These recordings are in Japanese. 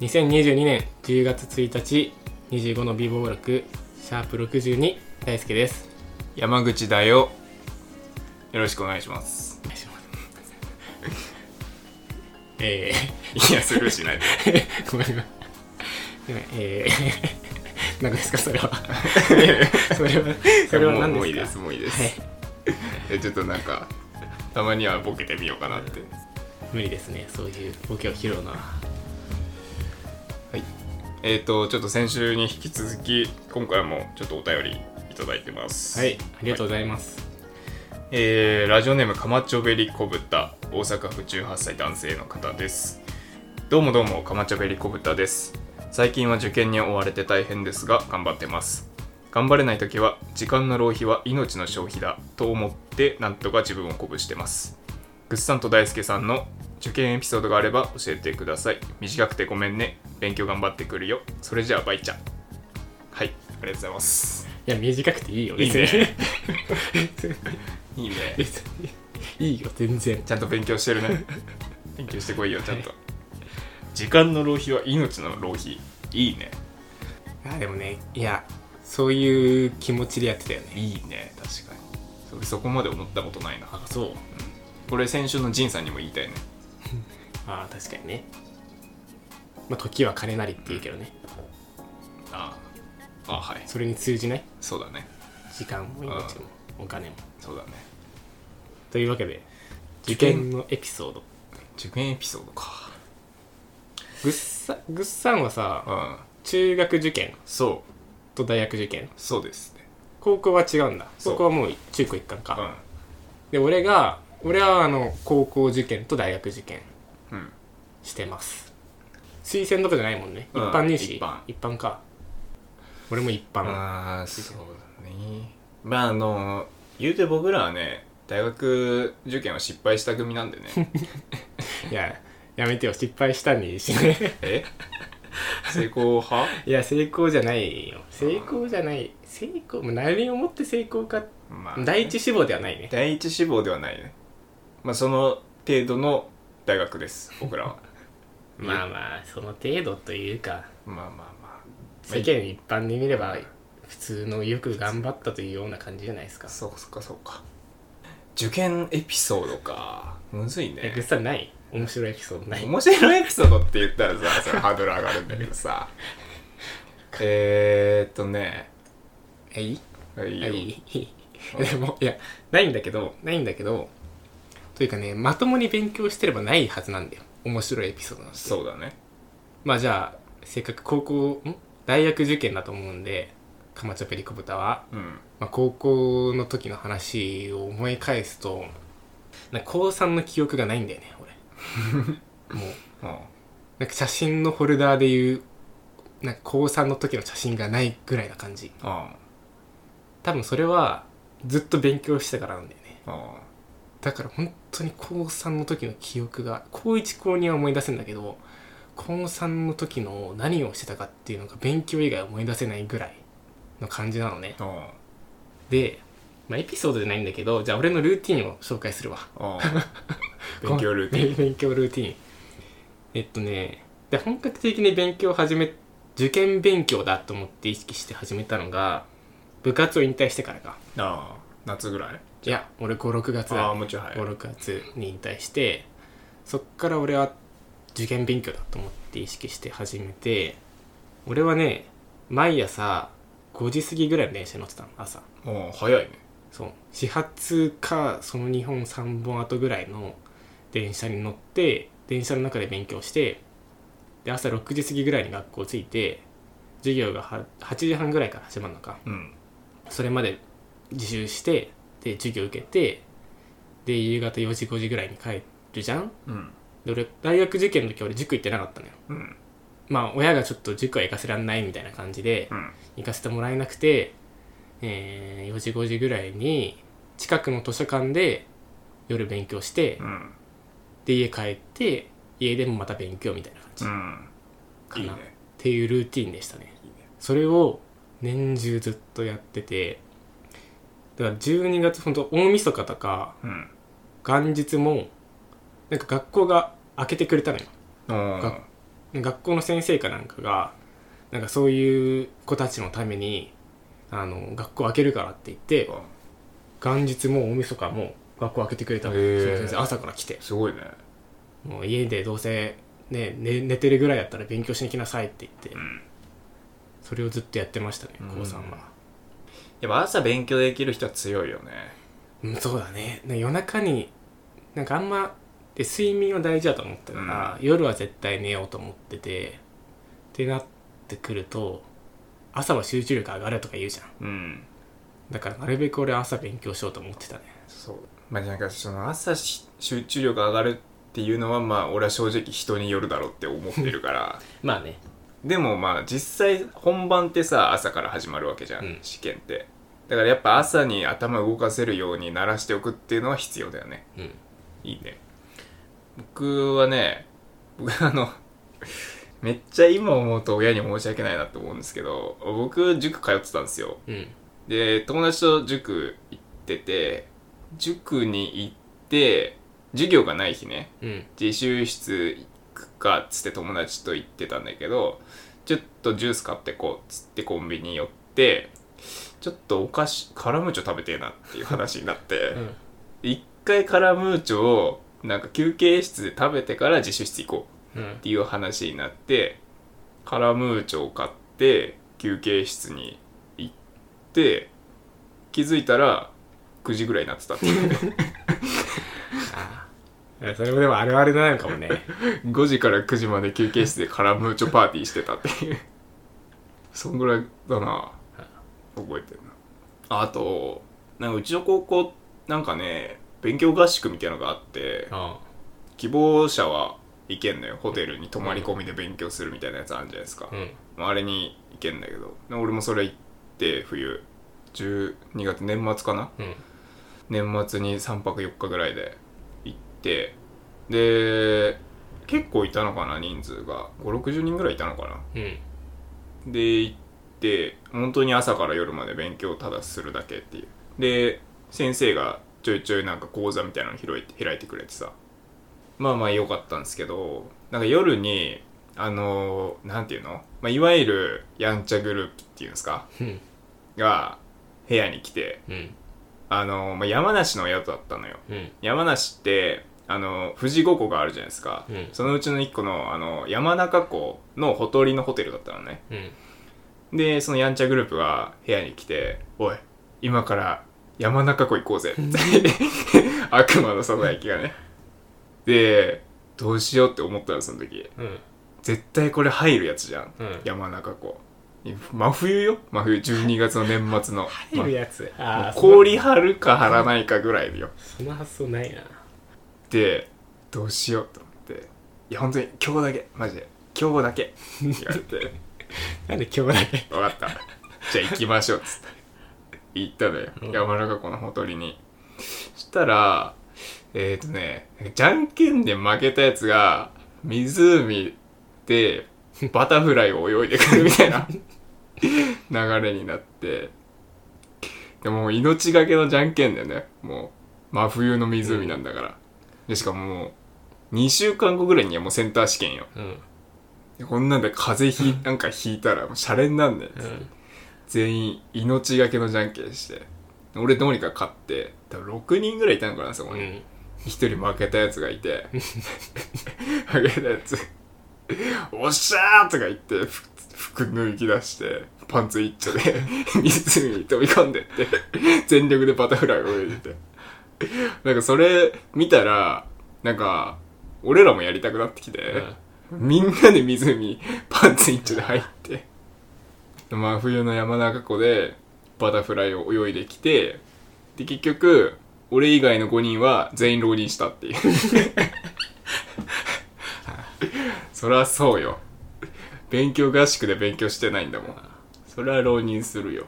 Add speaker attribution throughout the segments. Speaker 1: 2022年10月1日25の美貌録シャープ62大輔です
Speaker 2: 山口だよよろしくお願いします
Speaker 1: お願いしますえ
Speaker 2: いやスルーしないで
Speaker 1: ー、 ごめんごめんごめんえー、 何ですかそれはそれはそれは
Speaker 2: もう
Speaker 1: 何ですか
Speaker 2: もういいですもういいです、
Speaker 1: はい
Speaker 2: えちょっとなんかたまにはボケてみようかなって
Speaker 1: 無理ですねそういうボケを拾うのは
Speaker 2: はいえっ、ー、とちょっと先週に引き続き今回もちょっとお便りいただいてます
Speaker 1: はいありがとうございます、
Speaker 2: えーラジオネームかまちょべりこぶた大阪府18歳男性の方ですどうもどうもかまちょべりこぶたです最近は受験に追われて大変ですが頑張ってます頑張れない時は時間の浪費は命の消費だと思ってなんとか自分を鼓舞してますぐっさんと大輔さんの受験エピソードがあれば教えてください短くてごめんね勉強頑張ってくるよそれじゃあバイちゃんはいありがとうございます
Speaker 1: いや短くていいよ
Speaker 2: いいね
Speaker 1: 別に
Speaker 2: いいね
Speaker 1: 別にいいよ全然
Speaker 2: ちゃんと勉強してる ね勉強してこいよちゃんと時間の浪費は命の浪費いいね
Speaker 1: あでもねいやそういう気持ちでやってたよね
Speaker 2: いいね確かにそそこまで思ったことないな
Speaker 1: あそう
Speaker 2: これ先週の仁さんにも言いたいね
Speaker 1: あー確かにねまあ時は金なりって言うけどね
Speaker 2: あああはい
Speaker 1: それに通じない
Speaker 2: そうだね
Speaker 1: 時間も命もお金も
Speaker 2: そうだね
Speaker 1: というわけで受
Speaker 2: 受
Speaker 1: 験
Speaker 2: 験
Speaker 1: のエピソード
Speaker 2: 受験エピソードか
Speaker 1: ぐっさぐっさんはさ
Speaker 2: うん
Speaker 1: 中学受験
Speaker 2: そう
Speaker 1: と大学受験
Speaker 2: そうですね
Speaker 1: 高校は違うんだ
Speaker 2: そう
Speaker 1: 高校はもう中高一貫か、
Speaker 2: うん
Speaker 1: で俺が俺はあの高校受験と大学受験
Speaker 2: うん
Speaker 1: してます推薦とかじゃないもんね一
Speaker 2: うん
Speaker 1: 般入試、
Speaker 2: 一般
Speaker 1: か俺も一般
Speaker 2: ああそうだねまああの言うて僕らはね大学受験は失敗した組なんでね
Speaker 1: いややめてよ失敗したにしね
Speaker 2: え成功派
Speaker 1: いや成功じゃないよ成功じゃない成功もう何をもって成功か
Speaker 2: ま
Speaker 1: 第一志望ではないね
Speaker 2: 第一志望ではないねまあその程度の大学です僕らは
Speaker 1: まあまあその程度というか
Speaker 2: まあまあま
Speaker 1: 世間一般で見れば普通のよく頑張ったというような感じじゃないです
Speaker 2: あ
Speaker 1: か
Speaker 2: そうかそうか受験エピソードかむずい
Speaker 1: え
Speaker 2: ね
Speaker 1: ぐっさんない面白いエピソードない
Speaker 2: 面白いエピソードって言ったらさそれハードル上がるんだけどさえーっとね
Speaker 1: えい
Speaker 2: いい
Speaker 1: い
Speaker 2: よ
Speaker 1: い でもいやないんだけどないんだけどというかねまともに勉強してればないはずなんだよ面白いエピソードなんて
Speaker 2: そうだね
Speaker 1: まあじゃあせっかく高校ん大学受験だと思うんでかまちょペリコブタは、
Speaker 2: うん
Speaker 1: まあ、高校の時の話を思い返すとなんか高3の記憶がないんだよね俺もう
Speaker 2: うん
Speaker 1: なんか写真のフォルダーでいうなんか高3の時の写真がないぐらいな感じ
Speaker 2: うん
Speaker 1: 多分それはずっと勉強してたからなんだよね
Speaker 2: うん
Speaker 1: だから本当に高3の時の記憶が高1高2は思い出せんだけど高3の時の何をしてたかっていうのが勉強以外思い出せないぐらいの感じなのね
Speaker 2: うん
Speaker 1: で、まあ、エピソードじゃないんだけどじゃあ俺のルーティンを紹介するわ
Speaker 2: うん勉強ルーティン
Speaker 1: ン 勉強ルーティンえっとねで本格的に勉強を始め受験勉強だと思って意識して始めたのが部活を引退してからか
Speaker 2: ああ夏ぐらい
Speaker 1: いや俺56月だ
Speaker 2: ああもうちょい早い
Speaker 1: 56月に引退してそっから俺は受験勉強だと思って意識して始めて俺はね毎朝5時過ぎぐらいの電車に乗ってたの朝
Speaker 2: うん早いね
Speaker 1: そう始発かその2本3本後ぐらいの電車に乗って電車の中で勉強してで朝6時過ぎぐらいに学校着いて授業がは8時半ぐらいから始まるのか
Speaker 2: うん
Speaker 1: それまで自習してで授業受けてで夕方4時5時ぐらいに帰るじゃん
Speaker 2: うん
Speaker 1: で俺大学受験の時俺塾行ってなかったのよ
Speaker 2: うん
Speaker 1: まあ親がちょっと塾は行かせらんないみたいな感じで
Speaker 2: うん
Speaker 1: 行かせてもらえなくて、えー4時5時ぐらいに近くの図書館で夜勉強して
Speaker 2: うん
Speaker 1: で家帰って家でもまた勉強みたいな感じ、
Speaker 2: う
Speaker 1: っ
Speaker 2: ん
Speaker 1: かない
Speaker 2: いね
Speaker 1: ていうルーティンでしたね
Speaker 2: いいね
Speaker 1: それを年中ずっとやっててだから12月ほんと大晦日とか
Speaker 2: うん
Speaker 1: 元日もなんか学校が開けてくれたのよ
Speaker 2: うん
Speaker 1: が学校の先生かなんかがなんかそういう子たちのためにあの学校開けるからって言って元日も大晦日も学校開けてくれたの
Speaker 2: へー
Speaker 1: その先生朝から来て
Speaker 2: すごいね
Speaker 1: もう家でどうせ、ね、寝寝てるぐらいだったら勉強しに来なさいって言って、
Speaker 2: ん
Speaker 1: それをずっとやってましたね
Speaker 2: うん
Speaker 1: 高さんは、
Speaker 2: やっぱ朝勉強できる人は強いよね
Speaker 1: うん、そうだねなんか夜中になんかあんまで睡眠は大事だと思ったから、夜は絶対寝ようと思っててってなってくると朝は集中力上がるとか言うじゃん
Speaker 2: うん
Speaker 1: だからなるべく俺は朝勉強しようと思ってたね
Speaker 2: そうまあなんかその朝し集中力上がるっていうのはまあ俺は正直人によるだろうって思ってるから
Speaker 1: まあね
Speaker 2: でもまあ実際本番ってさ朝から始まるわけじゃん、
Speaker 1: うん
Speaker 2: 試験ってだからやっぱ朝に頭動かせるように慣らしておくっていうのは必要だよね
Speaker 1: うん
Speaker 2: いいね僕はね僕あのめっちゃ今思うと親に申し訳ないなと思うんですけど僕塾通ってたんですよ
Speaker 1: うん
Speaker 2: で友達と塾行ってて塾に行って授業がない日ね
Speaker 1: うん
Speaker 2: 自習室行くかっつって友達と行ってたんだけどちょっとジュース買ってこうっつってコンビニ寄ってちょっとお菓子カラムーチョ食べてえなっていう話になって、
Speaker 1: うん
Speaker 2: 一回カラムーチョをなんか休憩室で食べてから自習室行こう
Speaker 1: うん
Speaker 2: っていう話になってカラムーチョを買って休憩室に行って気づいたら9時ぐらいになってたっていうね
Speaker 1: それもでもあるあるなのかもね
Speaker 2: 5時から9時まで休憩室でカラムーチョパーティーしてたっていうそんぐらいだな覚えてるなあとなんかうちの高校なんかね勉強合宿みたいなのがあって
Speaker 1: あ
Speaker 2: 希望者は行けんのよホテルに泊まり込みで勉強するみたいなやつあるじゃないですか、
Speaker 1: うん
Speaker 2: まあ、あれに行けんだけどで俺もそれ行って冬12月年末かな
Speaker 1: うん
Speaker 2: 年末に3泊4日ぐらいで行ってで結構いたのかな人数が560人ぐらいいたのかな
Speaker 1: うん
Speaker 2: で行って本当に朝から夜まで勉強をただするだけっていうで先生がちょいちょいなんか講座みたいなの開いて開いてくれてさまあまあ良かったんですけどなんか夜にあのーなんていうの、まあ、いわゆるやんちゃグループっていうんですか
Speaker 1: うん
Speaker 2: が部屋に来て
Speaker 1: うん
Speaker 2: あのーまあ、山梨の宿だったのよ
Speaker 1: うん
Speaker 2: 山梨ってあの富士五湖があるじゃないですか、
Speaker 1: うん
Speaker 2: そのうちの1個のあの山中湖のほとりのホテルだったのね
Speaker 1: うん
Speaker 2: でそのやんちゃグループが部屋に来て「おい今から山中湖行こうぜ」って 悪魔のささやきがねでどうしようって思ったのその時
Speaker 1: うん
Speaker 2: 絶対これ入るやつじゃん、
Speaker 1: うん
Speaker 2: 山中湖真冬よ真冬12月の年末の
Speaker 1: 入るやつ
Speaker 2: ま
Speaker 1: あ
Speaker 2: あ
Speaker 1: あ
Speaker 2: 氷張るか張らないかぐらいよ
Speaker 1: その発想ないな
Speaker 2: でどうしようと思っていや本当に今日だけマジで今日だけって言われて
Speaker 1: なんで今日だけ
Speaker 2: 分かったじゃあ行きましょうっつって行ったのよ
Speaker 1: うん
Speaker 2: 山中湖のほとりにそしたらえっ、とねじゃんけんで負けたやつが湖でバタフライを泳いでくるみたいな流れになってでもう命がけのじゃんけんだよねもう真冬の湖なんだから、でしかももう2週間後ぐらいにはもうセンター試験よ
Speaker 1: うん
Speaker 2: こんなんで風邪ひいなんかひいたらもうシャレになんねん
Speaker 1: うん
Speaker 2: 全員命がけのじゃんけんして俺どうにか勝って多分6人ぐらいいたのかなそこ
Speaker 1: う
Speaker 2: に、
Speaker 1: ん
Speaker 2: 一1人負けたやつがい て負けたやつ「おっしゃー!」とか言ってふ服脱ぎ出してパンツ一丁で 湖に飛び込んでって全力でバタフライ泳いでてなんかそれ見たらなんか俺らもやりたくなってきて、みんなで湖にパンツ一丁で入って真冬の山中湖でバタフライを泳いできてで結局俺以外の5人は全員浪人したっていう そりゃそうよ勉強合宿で勉強してないんだもんそれは浪人するよ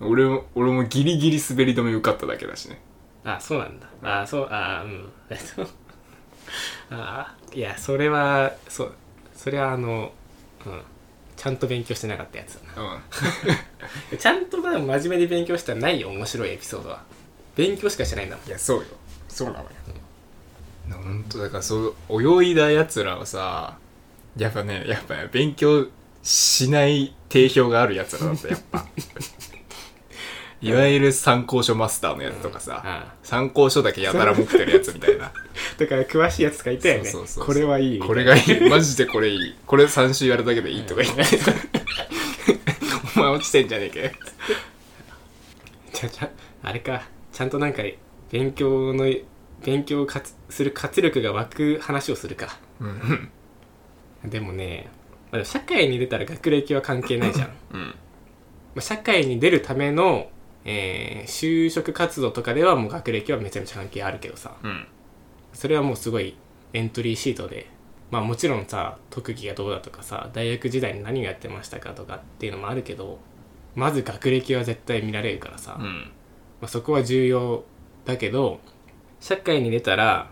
Speaker 2: 俺も俺もギリギリ滑り止め受かっただけだしね
Speaker 1: あそうなんだあそうあうんえっとあいやそれはそうそれはあのうんちゃんと勉強してなかったやつだな
Speaker 2: う
Speaker 1: ちゃんとでも真面目に勉強したらないよ面白いエピソードは勉強しかしてないんだもん
Speaker 2: んいやそうよそうなのよ本当だからそう泳いだやつらはさやっぱねやっぱね勉強しない定評があるやつらだったやっぱいわゆる参考書マスターのやつとかさ、
Speaker 1: あ
Speaker 2: 参考書だけやたら持ってるやつみたいな
Speaker 1: あだから詳しいやつがいたよね
Speaker 2: そうそうそうそう
Speaker 1: これはいいみたいな
Speaker 2: これがいいマジでこれいいこれ3週やるだけでいいとか言ってお前落ちてんじゃねえかよ
Speaker 1: じゃじゃあれかちゃんとなんか勉強の勉強をかつする活力が湧く話をするか
Speaker 2: うん
Speaker 1: でもね、まあ、でも社会に出たら学歴は関係ないじ ゃんま
Speaker 2: うん
Speaker 1: あ社会に出るための、えー就職活動とかではもう学歴はめちゃめちゃ関係あるけどさ
Speaker 2: うん
Speaker 1: それはもうすごいエントリーシートでまあもちろんさ特技がどうだとかさ大学時代に何をやってましたかとかっていうのもあるけどまず学歴は絶対見られるからさ、
Speaker 2: うん
Speaker 1: まあ、そこは重要だけど社会に出たら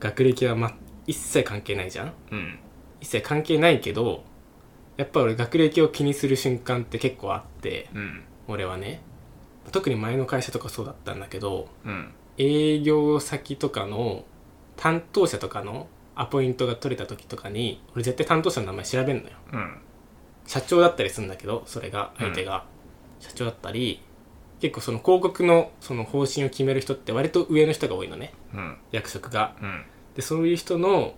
Speaker 1: 学歴は、ま、一切関係ないじゃん
Speaker 2: うん
Speaker 1: 一切関係ないけどやっぱ俺学歴を気にする瞬間って結構あって
Speaker 2: うん
Speaker 1: 俺はね特に前の会社とかそうだったんだけど
Speaker 2: うん
Speaker 1: 営業先とかの担当者とかのアポイントが取れた時とかに俺絶対担当者の名前調べんのよ
Speaker 2: うん
Speaker 1: 社長だったりするんだけどそれが相手が、社長だったり結構その広告のその方針を決める人って割と上の人が多いのね
Speaker 2: うん
Speaker 1: 役職が
Speaker 2: うん
Speaker 1: でそういう人の、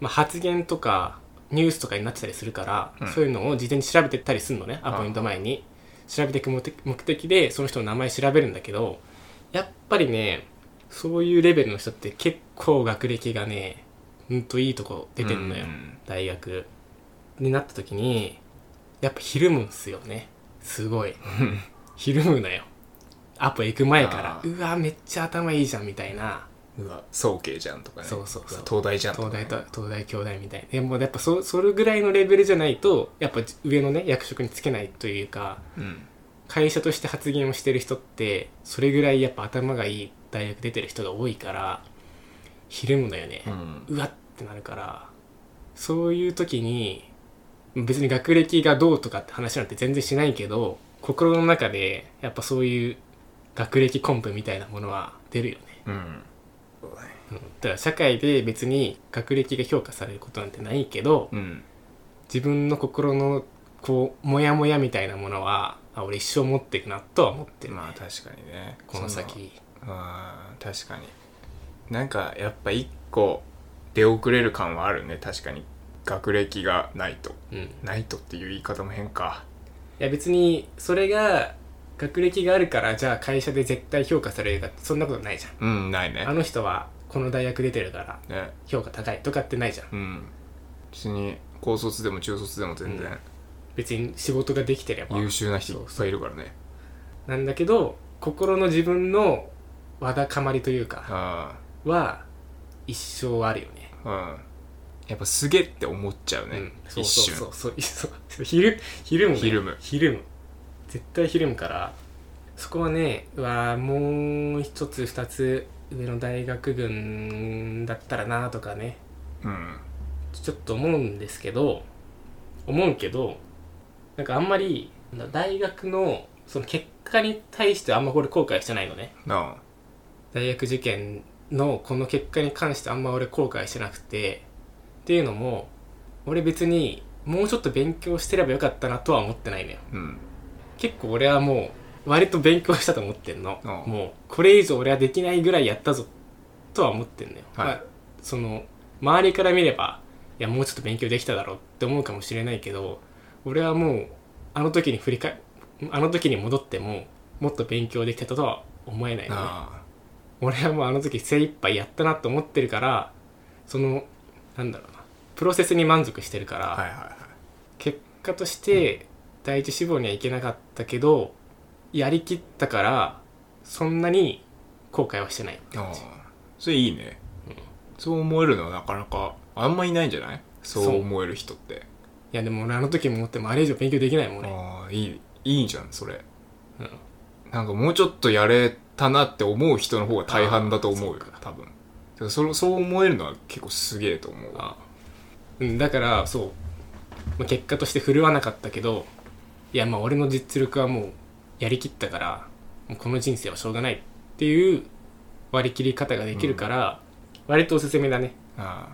Speaker 1: まあ、発言とかニュースとかになってたりするから、
Speaker 2: うん
Speaker 1: そういうのを事前に調べてったりするのねアポイント前に調べていく目的目的でその人の名前調べるんだけどやっぱりねそういうレベルの人って結構学歴がねうんといいとこ出てんのよ、
Speaker 2: うん
Speaker 1: 大学になった時にやっぱひるむんすよねすごい
Speaker 2: うん
Speaker 1: ひるむのよアポ行く前から
Speaker 2: あー
Speaker 1: うわめっちゃ頭いいじゃんみたいな
Speaker 2: うわ早慶じゃんとかね
Speaker 1: そうそうそう
Speaker 2: 東大じゃんと
Speaker 1: 東
Speaker 2: か、ね、
Speaker 1: 大と東大京大みたいなでもやっぱそそれぐらいのレベルじゃないとやっぱ上のね役職につけないというか
Speaker 2: うん
Speaker 1: 会社として発言をしてる人ってそれぐらいやっぱ頭がいい大学出てる人が多いからひるむのよね、
Speaker 2: うん
Speaker 1: うわってなるからそういう時に別に学歴がどうとかって話なんて全然しないけど心の中でやっぱそういう学歴コンプみたいなものは出るよね、
Speaker 2: うん
Speaker 1: うん、だから社会で別に学歴が評価されることなんてないけど
Speaker 2: うん
Speaker 1: 自分の心のこうモヤモヤみたいなものはあ俺一生持っていくなとは思ってる、
Speaker 2: まあ確かにね
Speaker 1: この先
Speaker 2: そのあー確かになんかやっぱ一個出遅れる感はあるね確かに学歴がないと
Speaker 1: うんい
Speaker 2: ないとっていう言い方も変か
Speaker 1: や別にそれが学歴があるからじゃあ会社で絶対評価されるかってそんなことないじゃん
Speaker 2: うんないね
Speaker 1: あの人はこの大学出てるから
Speaker 2: ね
Speaker 1: 評価高いとかってないじゃん
Speaker 2: うん別に高卒でも中卒でも全然
Speaker 1: 別に仕事ができてれば
Speaker 2: 優秀な人いっぱいいるからね
Speaker 1: なんだけど心の自分のわだかまりというか
Speaker 2: あ
Speaker 1: は一生あるよね
Speaker 2: あうんやっぱすげえって思っちゃうね、
Speaker 1: うん、そう
Speaker 2: 一
Speaker 1: そう
Speaker 2: 瞬
Speaker 1: そうそう そうそうひるひるむね
Speaker 2: ひるむ
Speaker 1: ひるむ絶対ひるむからそこはねうわーもう一つ二つ上の大学群だったらなとかね
Speaker 2: うん
Speaker 1: ちょっと思うんですけど思うけどなんかあんまり大学のその結果に対してはあんまこれ後悔してないのね
Speaker 2: なあ
Speaker 1: 大学受験のこの結果に関してあんま俺後悔してなくてっていうのも俺別にもうちょっと勉強してればよかったなとは思ってないのよ
Speaker 2: うん
Speaker 1: 結構俺はもう割と勉強したと思ってんの
Speaker 2: ああ
Speaker 1: もうこれ以上俺はできないぐらいやったぞとは思ってんのよ、
Speaker 2: はい
Speaker 1: まあその周りから見ればいやもうちょっと勉強できただろうって思うかもしれないけど俺はもうあの時に振り返あの時に戻ってももっと勉強できてたとは思えないのね
Speaker 2: なあ
Speaker 1: 俺はもうあの時精一杯やったなと思ってるからそのなんだろうなプロセスに満足してるから、
Speaker 2: はいはいはい
Speaker 1: 結果として第一志望にはいけなかったけどやりきったからそんなに後悔はしてないって
Speaker 2: あ
Speaker 1: 感
Speaker 2: あ
Speaker 1: じ
Speaker 2: それいいね、そう思えるのはなかなかあんまいないんじゃないそう思える人って
Speaker 1: いやでも俺あの時も思ってもあれ以上勉強できないもんね
Speaker 2: ああいいいいじゃんそれ、
Speaker 1: うん
Speaker 2: なんかもうちょっとやれたなって思う人の方が大半だと思う
Speaker 1: あ
Speaker 2: よ
Speaker 1: あそうか
Speaker 2: 多分だからそれそう思えるのは結構すげえと思う
Speaker 1: あ
Speaker 2: わ
Speaker 1: うんだからそう、まあ結果として振るわなかったけどいやまあ俺の実力はもうやりきったからもうこの人生はしょうがないっていう割り切り方ができるから、割とおすすめだね
Speaker 2: あ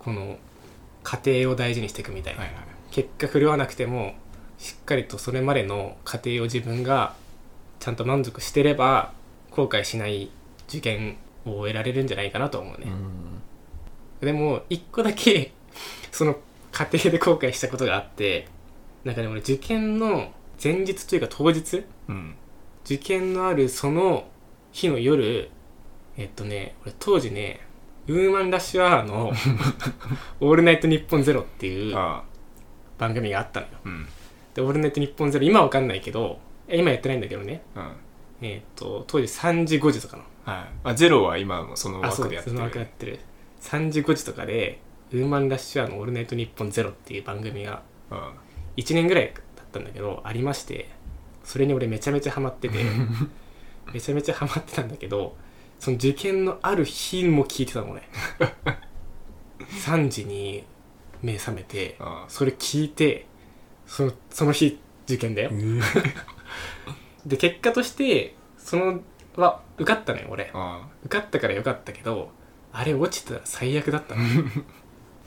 Speaker 1: この過程を大事にしていくみたいな、
Speaker 2: はいはい
Speaker 1: 結果振るわなくてもしっかりとそれまでの過程を自分がちゃんと満足してれば後悔しない受験を得られるんじゃないかなと思うね、
Speaker 2: うん
Speaker 1: でも一個だけ その過程で後悔したことがあってなんかでも俺受験の前日というか当日
Speaker 2: うん
Speaker 1: 受験のあるその日の夜えっとね俺当時ねウーマンラッシュアワー の「オールナイトニッポンゼロっていう
Speaker 2: ああ
Speaker 1: 番組があったのよ
Speaker 2: うん
Speaker 1: で「オールナイトニッポンゼロ今はわかんないけどえ今やってないんだけどね
Speaker 2: うん
Speaker 1: えっと当時3時5時とかの
Speaker 2: はいあゼロは今もその
Speaker 1: あそう
Speaker 2: 枠でやって
Speaker 1: そ
Speaker 2: る
Speaker 1: の枠やってる3時5時とかでウーマンラッシュアワーの「オールナイトニッポンゼロっていう番組が
Speaker 2: うん
Speaker 1: 1年ぐらいだったんだけどありましてそれに俺めちゃめちゃハマ っててめちゃめちゃハマってたんだけどその受験のある日も聞いてたの 俺3時に目覚めて
Speaker 2: あ
Speaker 1: それ聞いてそのその日受験だよ
Speaker 2: あ
Speaker 1: で結果としてそのは受かったのよ俺
Speaker 2: ああ
Speaker 1: 受かったからよかったけどあれ落ちたら最悪だ ったのよ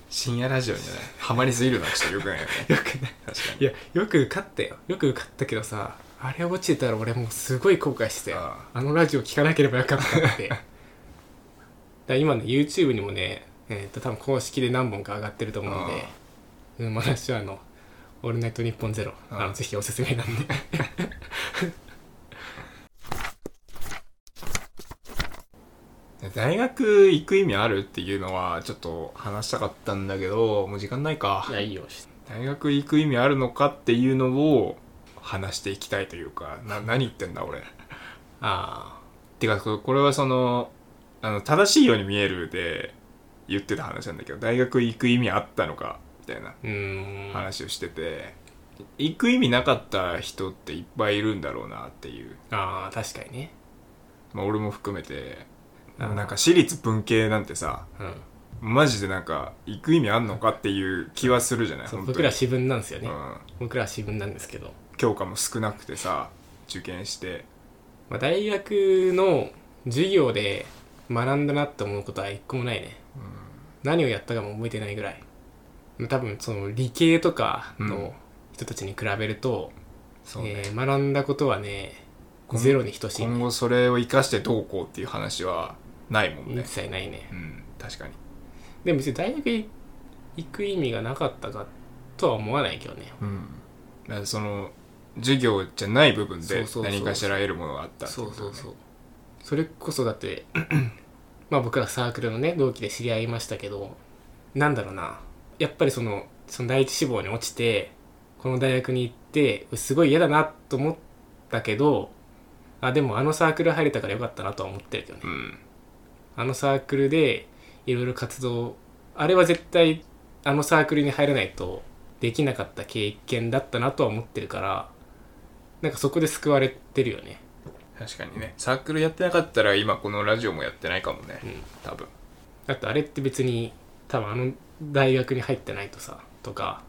Speaker 2: 深夜ラジオじゃないハマりすぎるのはちょっとよくないよね
Speaker 1: くない
Speaker 2: 確かに
Speaker 1: いやよく受かったよよく受かったけどさあれ落ちてたら俺もうすごい後悔してたよ
Speaker 2: あ
Speaker 1: あのラジオ聞かなければよかったって だから今ね YouTube にもねえー、と多分公式で何本か上がってると思うんで
Speaker 2: あ
Speaker 1: うんまあ私はあの「オールナイトニッポンゼロあ
Speaker 2: あ
Speaker 1: のぜひおすすめなんで
Speaker 2: 大学行く意味あるっていうのはちょっと話したかったんだけどもう時間ないか
Speaker 1: いやいいよ
Speaker 2: 大学行く意味あるのかっていうのを話していきたいというかな何言ってんだ俺
Speaker 1: あ
Speaker 2: てかここれはそのあの正しいように見えるで言ってた話なんだけど大学行く意味あったのかみたいな
Speaker 1: あうーんあ
Speaker 2: 話をしてて、行く意味なかった人っていっぱいいるんだろうなっていう、
Speaker 1: あ確かにね
Speaker 2: まあ、俺も含めて
Speaker 1: うん
Speaker 2: なんか私立文系なんてさ
Speaker 1: うん
Speaker 2: マジでなんか行く意味あんのかっていう気はするじゃない
Speaker 1: そう
Speaker 2: 本当に
Speaker 1: 僕ら私文なんですよね、
Speaker 2: うん、
Speaker 1: 僕ら私文なんですけど
Speaker 2: 教科も少なくてさ受験して
Speaker 1: まあ、大学の授業で学んだなって思うことは一個もないね、何をやったかも覚えてないぐらい多分その理系とか
Speaker 2: うん
Speaker 1: の人たちに比べると、
Speaker 2: そう
Speaker 1: えー学んだことはねゼロに等しい、
Speaker 2: 今後それを生かしてどうこうっていう話はないもんね
Speaker 1: 一切ないね
Speaker 2: うん確かに
Speaker 1: でも別に大学行く意味がなかったかとは思わないけどね
Speaker 2: うんだからその授業じゃない部分
Speaker 1: そう
Speaker 2: で
Speaker 1: そうそう
Speaker 2: 何かしら得るものがあったって
Speaker 1: そ
Speaker 2: こ
Speaker 1: う
Speaker 2: と
Speaker 1: そうそうそれこそだって まあ僕らサークルのね同期で知り合いましたけどなんだろうなやっぱりそのその第一志望に落ちてこの大学に行ってすごい嫌だなと思ったけどあでもあのサークル入れたからよかったなとは思ってるけどね
Speaker 2: うん
Speaker 1: あのサークルでいろいろ活動あれは絶対あのサークルに入らないとできなかった経験だったなとは思ってるからなんかそこで救われてるよね
Speaker 2: 確かにねサークルやってなかったら今このラジオもやってないかもね、
Speaker 1: うん
Speaker 2: 多分
Speaker 1: だってあれって別に多分あの大学に入ってないとさとか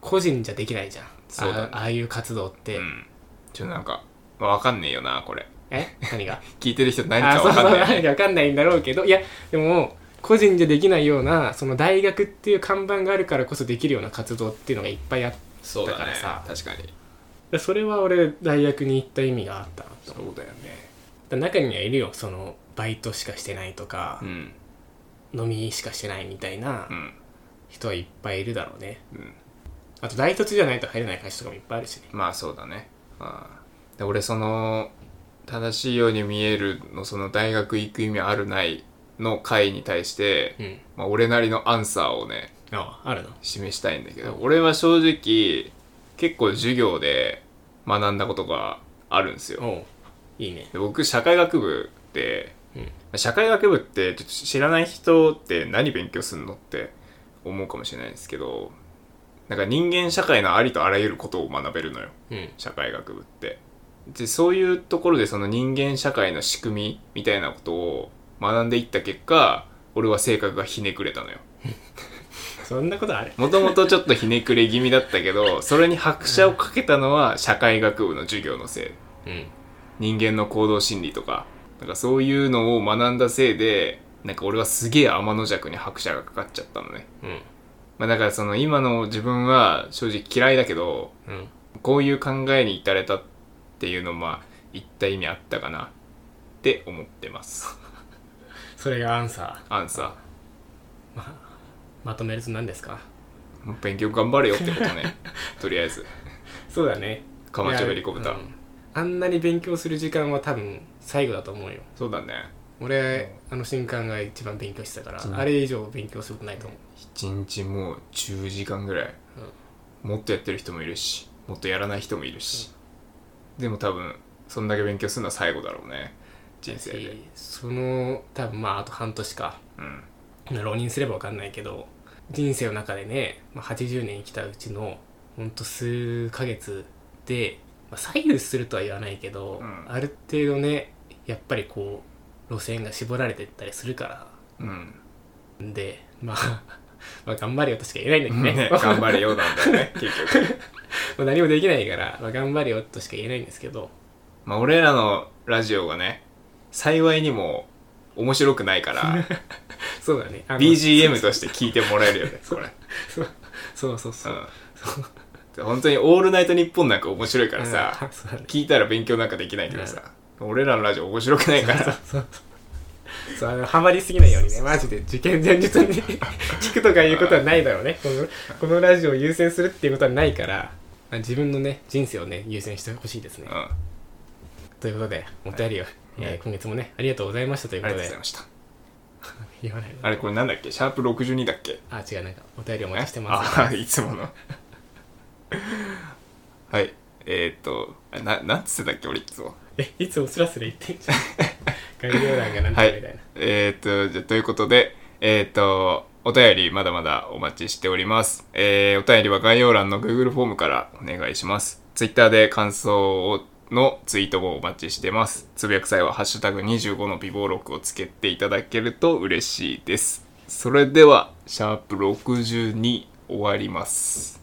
Speaker 1: 個人じゃできないじゃん
Speaker 2: そうだね
Speaker 1: あああいう活動って、
Speaker 2: うんちょっとなんか、まあ、わかんねえよなこれ
Speaker 1: え何が
Speaker 2: 聞いてる人 何
Speaker 1: あ
Speaker 2: か
Speaker 1: そう
Speaker 2: わ
Speaker 1: そ
Speaker 2: か
Speaker 1: うん
Speaker 2: ない
Speaker 1: 何か分かんないんだろうけどいやでも個人じゃできないようなその大学っていう看板があるからこそできるような活動っていうのがいっぱいあって
Speaker 2: そうだ
Speaker 1: だ
Speaker 2: ね
Speaker 1: からさ
Speaker 2: 確かに
Speaker 1: でそれは俺大学に行った意味があったなと
Speaker 2: そうだよね
Speaker 1: だ中にはいるよそのバイトしかしてないとか
Speaker 2: う、ん
Speaker 1: 飲みしかしてないみたいな
Speaker 2: うん
Speaker 1: 人はいっぱいいるだろうね
Speaker 2: うん
Speaker 1: あと大卒じゃないと入れない会社とかもいっぱいあるしね
Speaker 2: まあそうだね。ああで俺その正しいように見えるのその大学行く意味あるないの回に対して、
Speaker 1: うん
Speaker 2: まあ、俺なりのアンサーをね
Speaker 1: ああるの
Speaker 2: 示したいんだけど、俺は正直結構授業で学んだことがあるんですよ。
Speaker 1: おういいね
Speaker 2: で僕社会学部で
Speaker 1: うん
Speaker 2: 社会学部ってちょっと知らない人って何勉強するのって思うかもしれないんですけどなんか人間社会のありとあらゆることを学べるのよ。
Speaker 1: うん
Speaker 2: 社会学部ってでそういうところでその人間社会の仕組みみたいなことを学んでいった結果俺は性格がひねくれたのよ
Speaker 1: そんなことある
Speaker 2: もともとちょっとひねくれ気味だったけどそれに拍車をかけたのは社会学部の授業のせい
Speaker 1: うん
Speaker 2: 人間の行動心理とかなんかそういうのを学んだせいでなんか俺はすげえ天の弱に拍車がかかっちゃったのね
Speaker 1: うん
Speaker 2: まあだからその今の自分は正直嫌いだけど、
Speaker 1: うん
Speaker 2: こういう考えに至れたっていうのもまあ言った意味あったかなって思ってます。
Speaker 1: それがアンサ
Speaker 2: アンサ
Speaker 1: ーまとめると何ですか
Speaker 2: ー。もう勉強頑張れよってことね。とりあえず。
Speaker 1: そうだね
Speaker 2: カマチョベリコブタ。
Speaker 1: うんあんなに勉強する時間は多分最後だと思うよ
Speaker 2: そうだね。
Speaker 1: 俺あの瞬間が一番勉強してたから、
Speaker 2: そう
Speaker 1: あれ以上勉強することないと思う
Speaker 2: 一日もう10時間ぐらい、もっとやってる人もいるしもっとやらない人もいるし、でも多分そんだけ勉強するのは最後だろうね人生で
Speaker 1: しその多分まああと半年か
Speaker 2: うん
Speaker 1: まあ浪人すれば分かんないけど人生の中でね、まあ、80年生きたうちのほんと数ヶ月で、まあ、左右するとは言わないけど、
Speaker 2: うん
Speaker 1: ある程度ねやっぱりこう路線が絞られてったりするか
Speaker 2: うん
Speaker 1: らんでまあ まあ頑張れよとしか言えないんだけどね
Speaker 2: ね
Speaker 1: まあ
Speaker 2: 頑張れよなんだよね 結局
Speaker 1: 何もできないから、まあ、頑張れよとしか言えないんですけど
Speaker 2: まあ俺らのラジオがね幸いにも面白くないから
Speaker 1: そうだねあの
Speaker 2: BGM として聞いてもらえるよねこれ
Speaker 1: そうそうそうそうう、
Speaker 2: ん本当に「オールナイトニッポン」なんか面白いからさ、
Speaker 1: うんそう だね
Speaker 2: 聞いたら勉強なんかできないけどさ、俺らのラジオ面白くないから
Speaker 1: そうそうあのハマりすぎないようにねマジで受験前 日に聞くとかいうことはないだろうねこのこのラジオを優先するっていうことはないからまあ自分のね人生をね優先してほしいですね
Speaker 2: うん
Speaker 1: ということでお便りを、えー今月もねありがとうございましたという
Speaker 2: あ
Speaker 1: こ
Speaker 2: りが
Speaker 1: と
Speaker 2: とうござい
Speaker 1: で
Speaker 2: ました。
Speaker 1: 言わない
Speaker 2: あれこれなんだっけシャープ62だっけ
Speaker 1: あ違うなんかお便りお
Speaker 2: お
Speaker 1: 待ちしてます
Speaker 2: あ、 いつもの。はい。えー、っと、な、なんつってたっけ俺いつも。
Speaker 1: えいつもスラスラ言ってんじゃん概要欄がなんとかみたいな、
Speaker 2: えー、っと、じゃあということで、えー、っと、お便りまだまだお待ちしております。えー、お便りは概要欄の Google フォームからお願いします。Twitter で感想をのツイートもお待ちしてます。つぶやく際は、ハッシュタグ25の美貌録をつけていただけると嬉しいです。それでは、シャープ62終わります。